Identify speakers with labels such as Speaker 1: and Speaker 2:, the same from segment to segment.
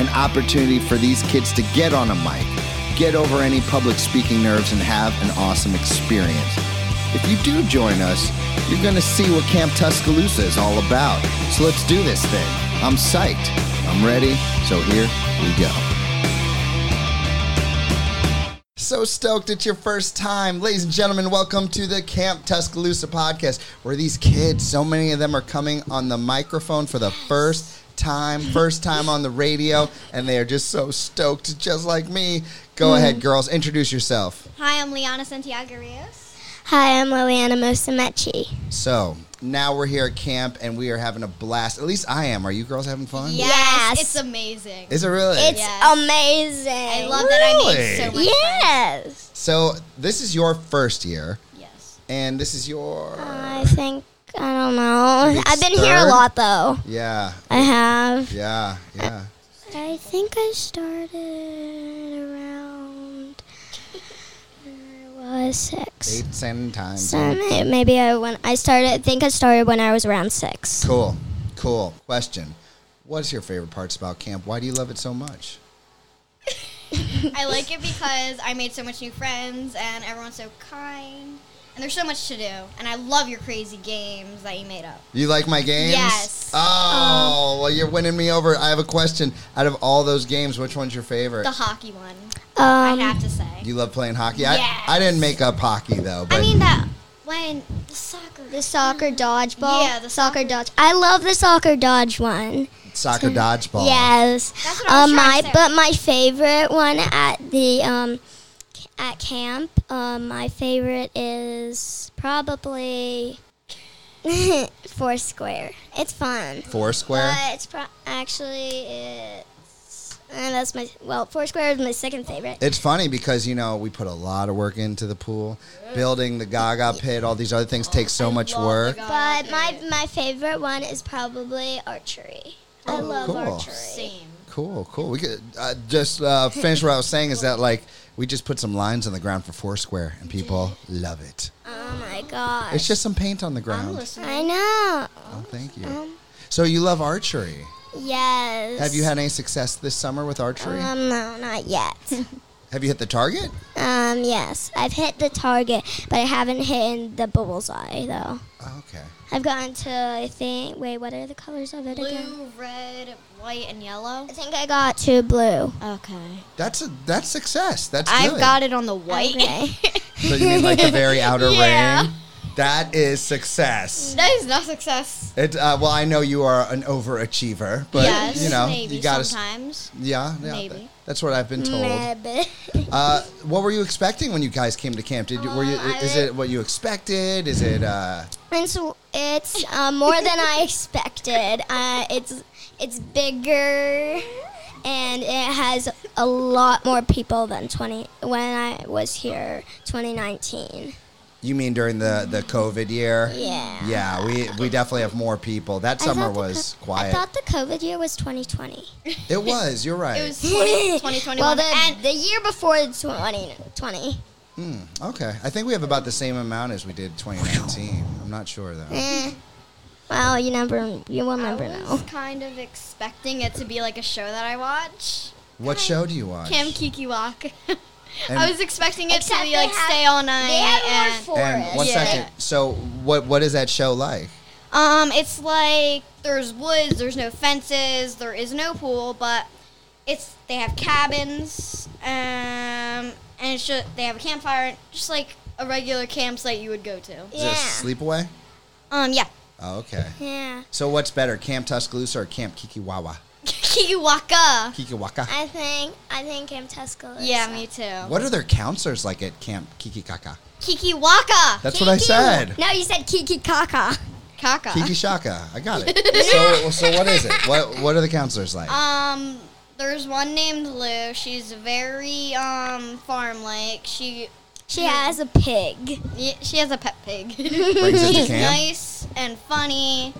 Speaker 1: An opportunity for these kids to get on a mic, get over any public speaking nerves, and have an awesome experience. If you do join us, you're going to see what Camp Tuscaloosa is all about. So let's do this thing. I'm psyched. I'm ready. So here we go. So stoked it's your first time. Ladies and gentlemen, welcome to the Camp Tuscaloosa podcast, where these kids, so many of them are coming on the microphone for the first time, first time on the radio, and they are just so stoked, just like me. Go ahead, girls, introduce yourself.
Speaker 2: Hi, I'm Liana Santiago Rios.
Speaker 3: Hi, I'm Liliana Mosamechi.
Speaker 1: So now we're here at camp and we are having a blast. At least I am. Are you girls having fun?
Speaker 3: Yes.
Speaker 2: It's amazing.
Speaker 1: Is it really?
Speaker 3: It's
Speaker 2: Yes.
Speaker 3: amazing.
Speaker 2: I love that I made so
Speaker 1: Really?
Speaker 2: much
Speaker 3: Yes.
Speaker 1: so this is your first year,
Speaker 2: friends. Yes.
Speaker 1: and this is your
Speaker 3: I think I don't know.
Speaker 1: Maybe
Speaker 3: I've been here a
Speaker 1: third?
Speaker 3: lot though.
Speaker 1: yeah,
Speaker 3: I have.
Speaker 1: yeah, yeah.
Speaker 3: I think I started around when I was six.
Speaker 1: Eight, ten times.
Speaker 3: So may- maybe I when I started. I think I started when I was around six.
Speaker 1: Cool, cool. Question: What's your favorite parts about camp? Why do you love it so much?
Speaker 2: I like it because I made so much new friends and everyone's so kind. And there's so much to do. And I love your crazy games that you made up.
Speaker 1: You like my games?
Speaker 2: Yes. Uh-huh.
Speaker 1: Oh, well, you're winning me over. I have a question. Out of all those games, which one's your favorite?
Speaker 2: The hockey one, I
Speaker 3: Um,
Speaker 2: have to say.
Speaker 1: you love playing hockey.
Speaker 2: Yes.
Speaker 1: I, I didn't make up hockey though. But
Speaker 2: I mean that when the soccer.
Speaker 3: the soccer dodgeball.
Speaker 2: Yeah, the soccer
Speaker 3: dodge. I love the soccer dodge one.
Speaker 1: soccer dodgeball.
Speaker 3: Yes.
Speaker 2: That's what I was
Speaker 3: Uh,
Speaker 2: trying
Speaker 3: my
Speaker 2: to say.
Speaker 3: but my favorite one at the um c- at camp. Um, my favorite is probably Foursquare. It's fun.
Speaker 1: Foursquare.
Speaker 3: But it's pro- actually it's and that's my well Foursquare is my second favorite.
Speaker 1: It's funny because you know we put a lot of work into the pool, building the Gaga pit, all these other things take so much
Speaker 2: love
Speaker 1: work.
Speaker 2: the Gaga
Speaker 3: But
Speaker 2: pit.
Speaker 3: my my favorite one is probably archery. I
Speaker 1: Oh,
Speaker 3: love
Speaker 1: cool.
Speaker 3: archery.
Speaker 2: Same.
Speaker 1: Cool, cool. We could uh, just uh, finish what I was saying is that like we just put some lines on the ground for Foursquare and people love it.
Speaker 3: Oh my gosh.
Speaker 1: It's just some paint on the
Speaker 2: I'm
Speaker 1: ground.
Speaker 2: listening.
Speaker 3: I know.
Speaker 1: Oh, thank
Speaker 2: um,
Speaker 1: you. So you love archery.
Speaker 3: Yes.
Speaker 1: Have you had any success this summer with archery?
Speaker 3: Um, no, not yet.
Speaker 1: Have you hit the target?
Speaker 3: Um, yes, I've hit the target, but I haven't hit the bullseye though.
Speaker 1: Oh, okay.
Speaker 3: I've gotten to I think wait, what are the colors of it again?
Speaker 2: Blue, red, white, and yellow.
Speaker 3: I think I got to blue.
Speaker 2: Okay.
Speaker 1: That's a that's success. That's
Speaker 2: I've
Speaker 1: good.
Speaker 2: got it on the white.
Speaker 3: Okay.
Speaker 1: So you mean like the very outer
Speaker 2: Yeah.
Speaker 1: ring? That is success.
Speaker 2: that is not success.
Speaker 1: It, uh, well, I know you are an overachiever, but
Speaker 2: yes,
Speaker 1: you know
Speaker 2: maybe
Speaker 1: you got to.
Speaker 2: sometimes.
Speaker 1: Yeah, yeah,
Speaker 2: Maybe.
Speaker 1: th- that's what I've
Speaker 3: Mm,
Speaker 1: been told.
Speaker 3: Maybe.
Speaker 1: Uh, what were you expecting when you guys came to camp? Did you, were you?
Speaker 3: Um, I
Speaker 1: Is
Speaker 3: would-
Speaker 1: it what you expected? Is it? Uh,
Speaker 3: And so it's uh, more than I expected. Uh, it's it's bigger, and it has a lot more people than twenty when I was here, twenty nineteen.
Speaker 1: you mean during the the COVID year?
Speaker 3: Yeah.
Speaker 1: Yeah, we we definitely have more people. That
Speaker 3: I
Speaker 1: summer
Speaker 3: thought the
Speaker 1: was
Speaker 3: co-
Speaker 1: quiet.
Speaker 3: I thought the COVID year was twenty twenty.
Speaker 1: it was. You're right.
Speaker 2: It was 20, 2021.
Speaker 3: well, the,
Speaker 2: and
Speaker 3: the year before 2020.
Speaker 1: Hmm, okay, I think we have about the same amount as we did 2019. I'm not sure though.
Speaker 3: Eh. Well, you never, you will never
Speaker 2: I was
Speaker 3: know.
Speaker 2: kind of expecting it to be like a show that I watch.
Speaker 1: What show do you watch?
Speaker 2: Cam Kiki Walk.
Speaker 1: And-
Speaker 2: I was expecting it
Speaker 3: Except
Speaker 2: to be
Speaker 3: they
Speaker 2: like
Speaker 3: have-
Speaker 2: stay all night.
Speaker 3: They have
Speaker 2: and,
Speaker 3: more
Speaker 1: and one
Speaker 3: forests.
Speaker 2: Yeah.
Speaker 1: second. So what what is that show like?
Speaker 2: um, it's like there's woods, there's no fences, there is no pool, but it's they have cabins, um, and it's just, they have a campfire, just like a regular campsite you would go to.
Speaker 1: Is it a sleepaway?
Speaker 2: Um, yeah,
Speaker 1: Oh, okay.
Speaker 3: Yeah.
Speaker 1: So what's better, Camp Tuscaloosa or Camp Kikiwawa?
Speaker 2: Kiki Waka.
Speaker 1: Kikiwaka.
Speaker 3: I think, I think I'm Tuscaloosa.
Speaker 2: Yeah, me too.
Speaker 1: What are their counselors like at Camp Kikikaka?
Speaker 2: Kiki Waka.
Speaker 1: That's what I said.
Speaker 3: No, you said Kiki Kaka.
Speaker 2: Kaka.
Speaker 1: Kikishaka. I got it. so, so what is it? What What are the counselors like?
Speaker 2: Um, There's one named Lou. She's very um farm like. She
Speaker 3: She has a pig.
Speaker 2: yeah, she has a pet pig.
Speaker 1: Brings it to
Speaker 2: she's
Speaker 1: camp.
Speaker 2: nice and funny,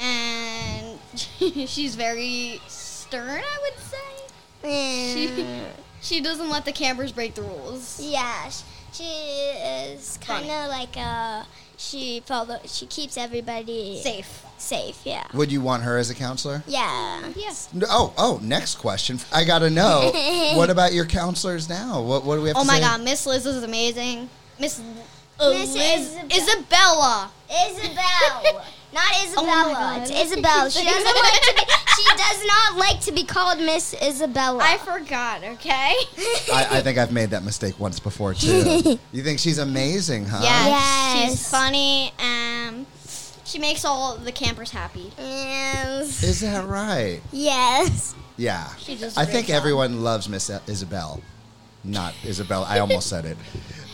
Speaker 2: and she's very stern. I would say she she doesn't let the campers break the rules.
Speaker 3: Mm, Yeah, sh- she is kind of like a. She follow. She keeps everybody
Speaker 2: Safe.
Speaker 3: safe, Yeah.
Speaker 1: Would you want her as a counselor?
Speaker 3: Yeah.
Speaker 2: Yes.
Speaker 1: No- Oh, oh, next question. I got to know. what about your counselors now? What, what do we have
Speaker 2: Oh
Speaker 1: to
Speaker 2: my
Speaker 1: say?
Speaker 2: God, Miss Liz is amazing. Miss
Speaker 3: Miss
Speaker 2: Liz
Speaker 3: Isabel.
Speaker 2: Isabella.
Speaker 3: Isabel. Not Isabella.
Speaker 2: Oh God.
Speaker 3: it's Isabel. She doesn't like to be. She does not like to be called Miss Isabella.
Speaker 2: I forgot. Okay.
Speaker 1: I, I think I've made that mistake once before, too. you think she's amazing, huh?
Speaker 2: Yes,
Speaker 3: Yes.
Speaker 2: she's funny. Um, she makes all the campers happy.
Speaker 3: yes.
Speaker 1: Is that right?
Speaker 3: Yes.
Speaker 1: Yeah.
Speaker 2: She does
Speaker 1: I
Speaker 2: a great
Speaker 1: think
Speaker 2: job.
Speaker 1: everyone loves Miss E-, Isabel. Not Isabel. I almost said it.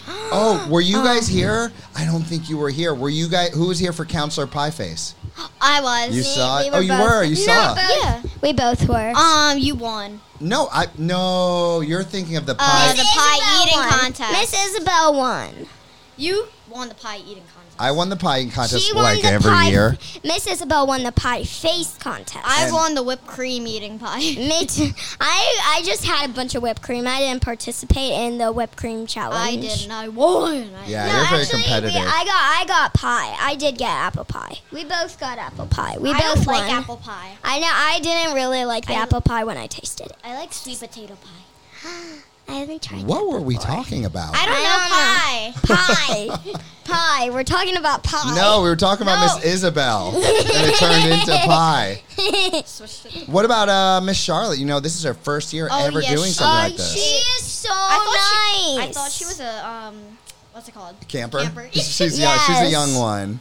Speaker 1: Oh, were
Speaker 2: Um,
Speaker 1: you guys here? I don't think you were here. Were you guys? Who was here for Counselor Pieface?
Speaker 2: I was.
Speaker 1: You
Speaker 3: me,
Speaker 1: saw
Speaker 3: we
Speaker 1: it.
Speaker 3: were
Speaker 1: Oh, you
Speaker 3: both-
Speaker 1: were. You saw. it.
Speaker 2: yeah.
Speaker 3: We both were.
Speaker 2: Um, you won.
Speaker 1: No, I no. You're thinking of the pie.
Speaker 2: Uh, the pie eating
Speaker 3: won.
Speaker 2: contest.
Speaker 3: Miss Isabel won.
Speaker 2: You won the pie eating contest.
Speaker 1: I won the pie eating contest
Speaker 3: she won
Speaker 1: like
Speaker 3: the
Speaker 1: every
Speaker 3: pie.
Speaker 1: year.
Speaker 3: Miss Isabel won the pie face contest.
Speaker 2: I
Speaker 1: And-
Speaker 2: won the whipped cream eating pie.
Speaker 3: Me too. I I just had a bunch of whipped cream. I didn't participate in the whipped cream challenge.
Speaker 2: I did, and I won. I-
Speaker 1: Yeah,
Speaker 3: No,
Speaker 1: you're very
Speaker 3: actually, we-
Speaker 1: competitive.
Speaker 3: I got I got pie. I did get apple pie. We both got apple pie. We
Speaker 2: I
Speaker 3: both
Speaker 2: don't like
Speaker 3: won.
Speaker 2: apple pie.
Speaker 3: I know. I didn't really like the
Speaker 2: I-
Speaker 3: apple pie when I tasted it.
Speaker 2: I like sweet potato pie.
Speaker 3: I haven't tried.
Speaker 1: what were we talking about?
Speaker 2: I don't
Speaker 3: I
Speaker 2: know pie.
Speaker 3: Pie, pie. We're talking about pie.
Speaker 1: no, we were talking about
Speaker 2: No.
Speaker 1: Miss Isabel, and it turned into pie.
Speaker 2: Switched it.
Speaker 1: What about uh, Miss Charlotte? You know, this is her first year
Speaker 2: Oh,
Speaker 1: ever
Speaker 2: yes,
Speaker 1: doing
Speaker 2: she-
Speaker 1: something
Speaker 3: Oh,
Speaker 1: like this.
Speaker 3: she is so
Speaker 2: I thought
Speaker 3: nice.
Speaker 2: she. I thought she was a um. What's it called?
Speaker 1: camper.
Speaker 2: Camper.
Speaker 1: she's yeah, she's a
Speaker 3: Yes.
Speaker 1: young one.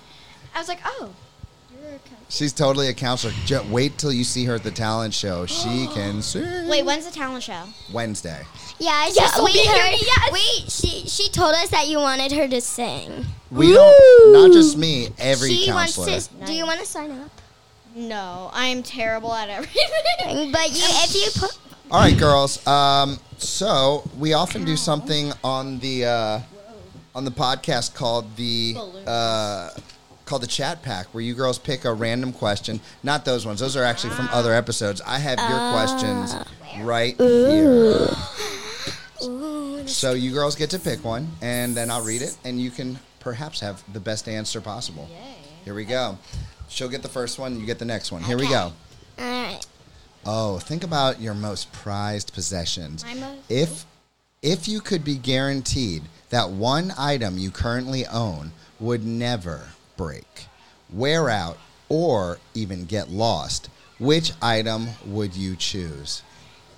Speaker 2: I was like, oh, you're a camper.
Speaker 1: She's totally a counselor. Ju- wait till you see her at the talent show. She can sing.
Speaker 2: Wait, when's the talent show?
Speaker 1: Wednesday.
Speaker 3: Yeah, I
Speaker 2: Yes,
Speaker 3: just
Speaker 2: I'll
Speaker 3: we
Speaker 2: be here,
Speaker 3: heard.
Speaker 2: yes.
Speaker 3: We she she told us that you wanted her to sing.
Speaker 1: We don't. Not just me. Every
Speaker 3: she
Speaker 1: counselor.
Speaker 3: wants to. Do you
Speaker 2: Nice.
Speaker 3: want to sign up?
Speaker 2: No, I'm terrible at everything.
Speaker 3: But you, if you put,
Speaker 1: All right, girls. Um, so we often do something on the uh, on the podcast called the uh, called the chat pack, where you girls pick a random question. Not those ones; those are actually from other episodes. I have your questions right here. So you girls get to pick one, and then I'll read it, and you can perhaps have the best answer possible. Here we go. She'll get the first one. You get the next one. Here we go.
Speaker 3: all right.
Speaker 1: Oh, think about your most prized possessions.
Speaker 2: My most-
Speaker 1: If if you could be guaranteed that one item you currently own would never break, wear out, or even get lost, which item would you choose?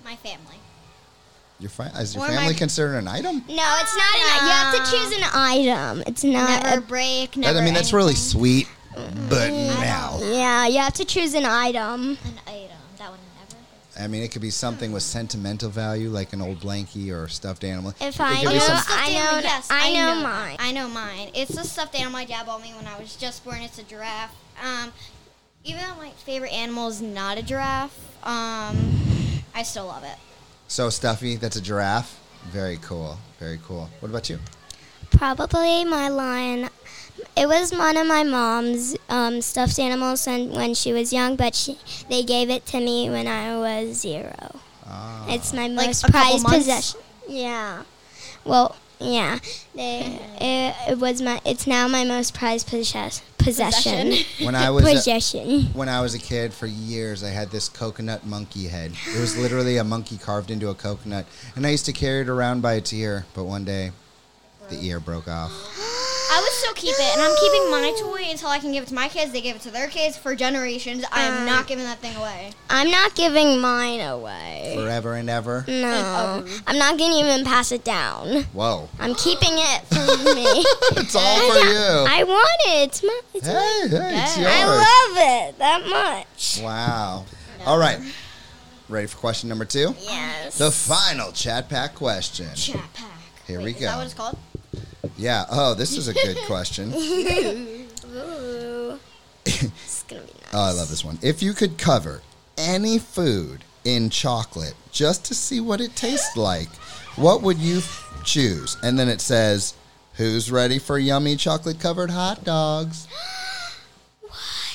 Speaker 2: My family.
Speaker 1: Your fa- is your
Speaker 2: Or my-
Speaker 1: family considered an item?
Speaker 3: No, it's not an. You have to choose an item. It's not.
Speaker 2: Never
Speaker 3: A,
Speaker 2: break.
Speaker 1: That-
Speaker 2: Never.
Speaker 1: I mean, that's really sweet, but now.
Speaker 3: yeah, you have to choose an item.
Speaker 2: an item that would never.
Speaker 1: I mean, it could be something with sentimental value, like an old blankie or a stuffed animal.
Speaker 3: If
Speaker 1: It
Speaker 3: I
Speaker 1: could be
Speaker 3: know-
Speaker 1: some-
Speaker 3: I know- I know mine.
Speaker 2: I know mine. It's the stuffed animal my dad bought me when I was just born. It's a giraffe. Um, even though my favorite animal is not a giraffe, um, I still love it.
Speaker 1: so stuffy, that's a giraffe. Very cool. Very cool. What about you?
Speaker 3: Probably my lion. It was one of my mom's um, stuffed animals when, when she was young, but she, they gave it to me when I was zero.
Speaker 1: Ah.
Speaker 3: It's my
Speaker 2: Like
Speaker 3: most
Speaker 2: a couple
Speaker 3: prized
Speaker 2: months?
Speaker 3: possession. Yeah. Well, yeah. They, it, it was my. It's now my most prized possess, possession.
Speaker 1: When I was a-
Speaker 3: possession.
Speaker 1: when I was a kid, for years, I had this coconut monkey head. It was literally a monkey carved into a coconut, and I used to carry it around by its ear. But one day, the ear broke off.
Speaker 2: I would still keep it, and I'm keeping my toy until I can give it to my kids. They give it to their kids for generations. I am not giving that thing away.
Speaker 3: I'm not giving mine away.
Speaker 1: Forever and ever.
Speaker 3: No,
Speaker 2: um,
Speaker 3: I'm not gonna even pass it down.
Speaker 1: Whoa.
Speaker 3: I'm keeping it for me.
Speaker 1: It's all for you.
Speaker 3: I want it. It's my. It's my
Speaker 1: Hey, hey, it's
Speaker 2: Yeah.
Speaker 3: I
Speaker 1: yours.
Speaker 3: love it that much.
Speaker 1: Wow. All right. Ready for question number two?
Speaker 3: Yes.
Speaker 1: The final chat pack question.
Speaker 2: Chat pack.
Speaker 1: Here
Speaker 2: Wait,
Speaker 1: we
Speaker 2: Is that
Speaker 1: go.
Speaker 2: what it's called?
Speaker 1: Yeah. Oh, this is a good question.
Speaker 3: Ooh. it's gonna be nice.
Speaker 1: Oh, I love this one. If you could cover any food in chocolate just to see what it tastes like. What would you f- choose? And then it says, Who's ready for yummy chocolate covered hot dogs?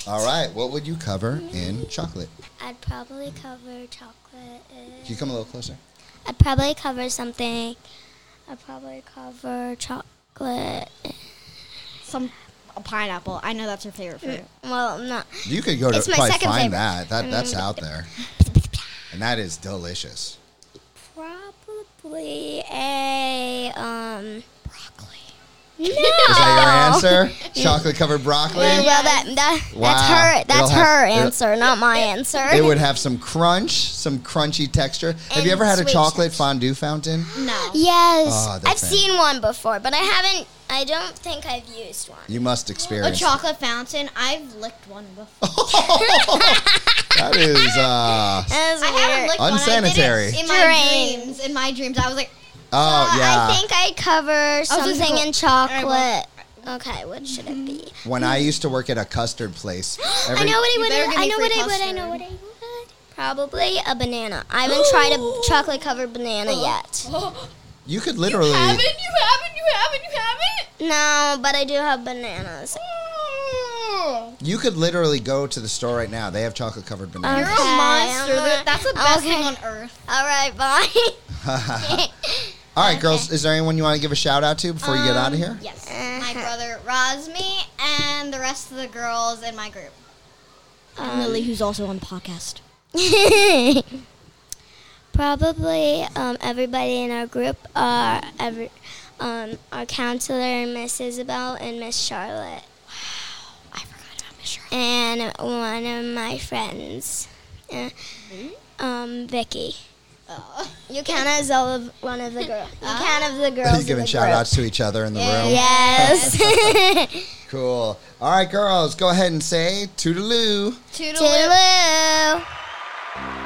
Speaker 1: All right, what would you cover in chocolate?
Speaker 3: I'd probably cover chocolate.
Speaker 1: Can you come a little closer?
Speaker 3: I'd probably cover something. I'd probably cover chocolate.
Speaker 2: Some a pineapple. I know that's your favorite fruit.
Speaker 3: Well, not.
Speaker 1: You could go to
Speaker 3: It's my
Speaker 1: probably
Speaker 3: second
Speaker 1: find
Speaker 3: favorite. Mm.
Speaker 1: that. that. That's out there. And that is delicious.
Speaker 3: Probably a um broccoli. No.
Speaker 1: Is that your answer? Chocolate covered broccoli?
Speaker 3: Well, that, that
Speaker 1: Wow.
Speaker 3: that's her
Speaker 1: It'll
Speaker 3: that's
Speaker 1: have-
Speaker 3: her
Speaker 1: it'll-
Speaker 3: answer, not my answer.
Speaker 1: It would have some crunch, some crunchy texture. have you
Speaker 3: And
Speaker 1: ever had a
Speaker 3: sweet
Speaker 1: chocolate fondue fountain?
Speaker 2: No.
Speaker 3: yes,
Speaker 1: Ah, they're
Speaker 3: I've
Speaker 1: fan-
Speaker 3: seen one before, but I haven't. I don't think I've used one.
Speaker 1: You must
Speaker 2: A
Speaker 1: experience.
Speaker 2: chocolate fountain. I've licked one before.
Speaker 1: That is uh
Speaker 3: That's
Speaker 2: I haven't
Speaker 3: weird.
Speaker 2: licked
Speaker 1: Unsanitary.
Speaker 2: one. I did it in my
Speaker 3: Drains.
Speaker 2: dreams. In my dreams, I was like,
Speaker 1: oh
Speaker 3: Uh,
Speaker 1: yeah.
Speaker 3: I think I'd cover
Speaker 2: was just
Speaker 3: something
Speaker 2: go-
Speaker 3: in
Speaker 2: right,
Speaker 3: chocolate.
Speaker 2: well-
Speaker 3: okay, what should it be?
Speaker 1: when I used to work at a custard place, every,
Speaker 3: I know what I
Speaker 2: You
Speaker 3: would.
Speaker 2: better give
Speaker 3: I
Speaker 2: me
Speaker 3: know
Speaker 2: free
Speaker 3: what I would. I know what
Speaker 2: custard.
Speaker 3: I would. Probably a banana. I haven't tried a chocolate covered banana yet.
Speaker 1: you could literally
Speaker 2: you haven't, you haven't, you haven't.
Speaker 3: No, but I do have bananas.
Speaker 2: Oh.
Speaker 1: you could literally go to the store right now. They have chocolate covered
Speaker 2: You're
Speaker 1: bananas.
Speaker 3: Okay,
Speaker 2: a
Speaker 3: I'm
Speaker 2: monster.
Speaker 3: not-
Speaker 2: That's the best
Speaker 3: Okay.
Speaker 2: thing on earth.
Speaker 3: All right, bye.
Speaker 1: All right, girls, is there anyone you want to give a shout out to before you get out of here?
Speaker 2: Yes. My
Speaker 3: Uh-huh.
Speaker 2: brother Rosmi and the rest of the girls in my group.
Speaker 3: Um,
Speaker 4: Lily, who's also on the podcast.
Speaker 3: Probably um, everybody in our group are every, um, our counselor, Miss Isabel, and Miss Charlotte,
Speaker 4: I forgot about Miss Charlotte.
Speaker 3: and one of my friends, uh, um, Vicky.
Speaker 2: Oh.
Speaker 3: Uh, You count as all of one of the girls. You count of the girls.
Speaker 1: you giving
Speaker 3: in the
Speaker 1: shout
Speaker 3: group.
Speaker 1: outs to each other in the room.
Speaker 3: Yes.
Speaker 1: Cool. All right, girls, go ahead and say toodaloo.
Speaker 2: Toodaloo.
Speaker 3: Toodaloo.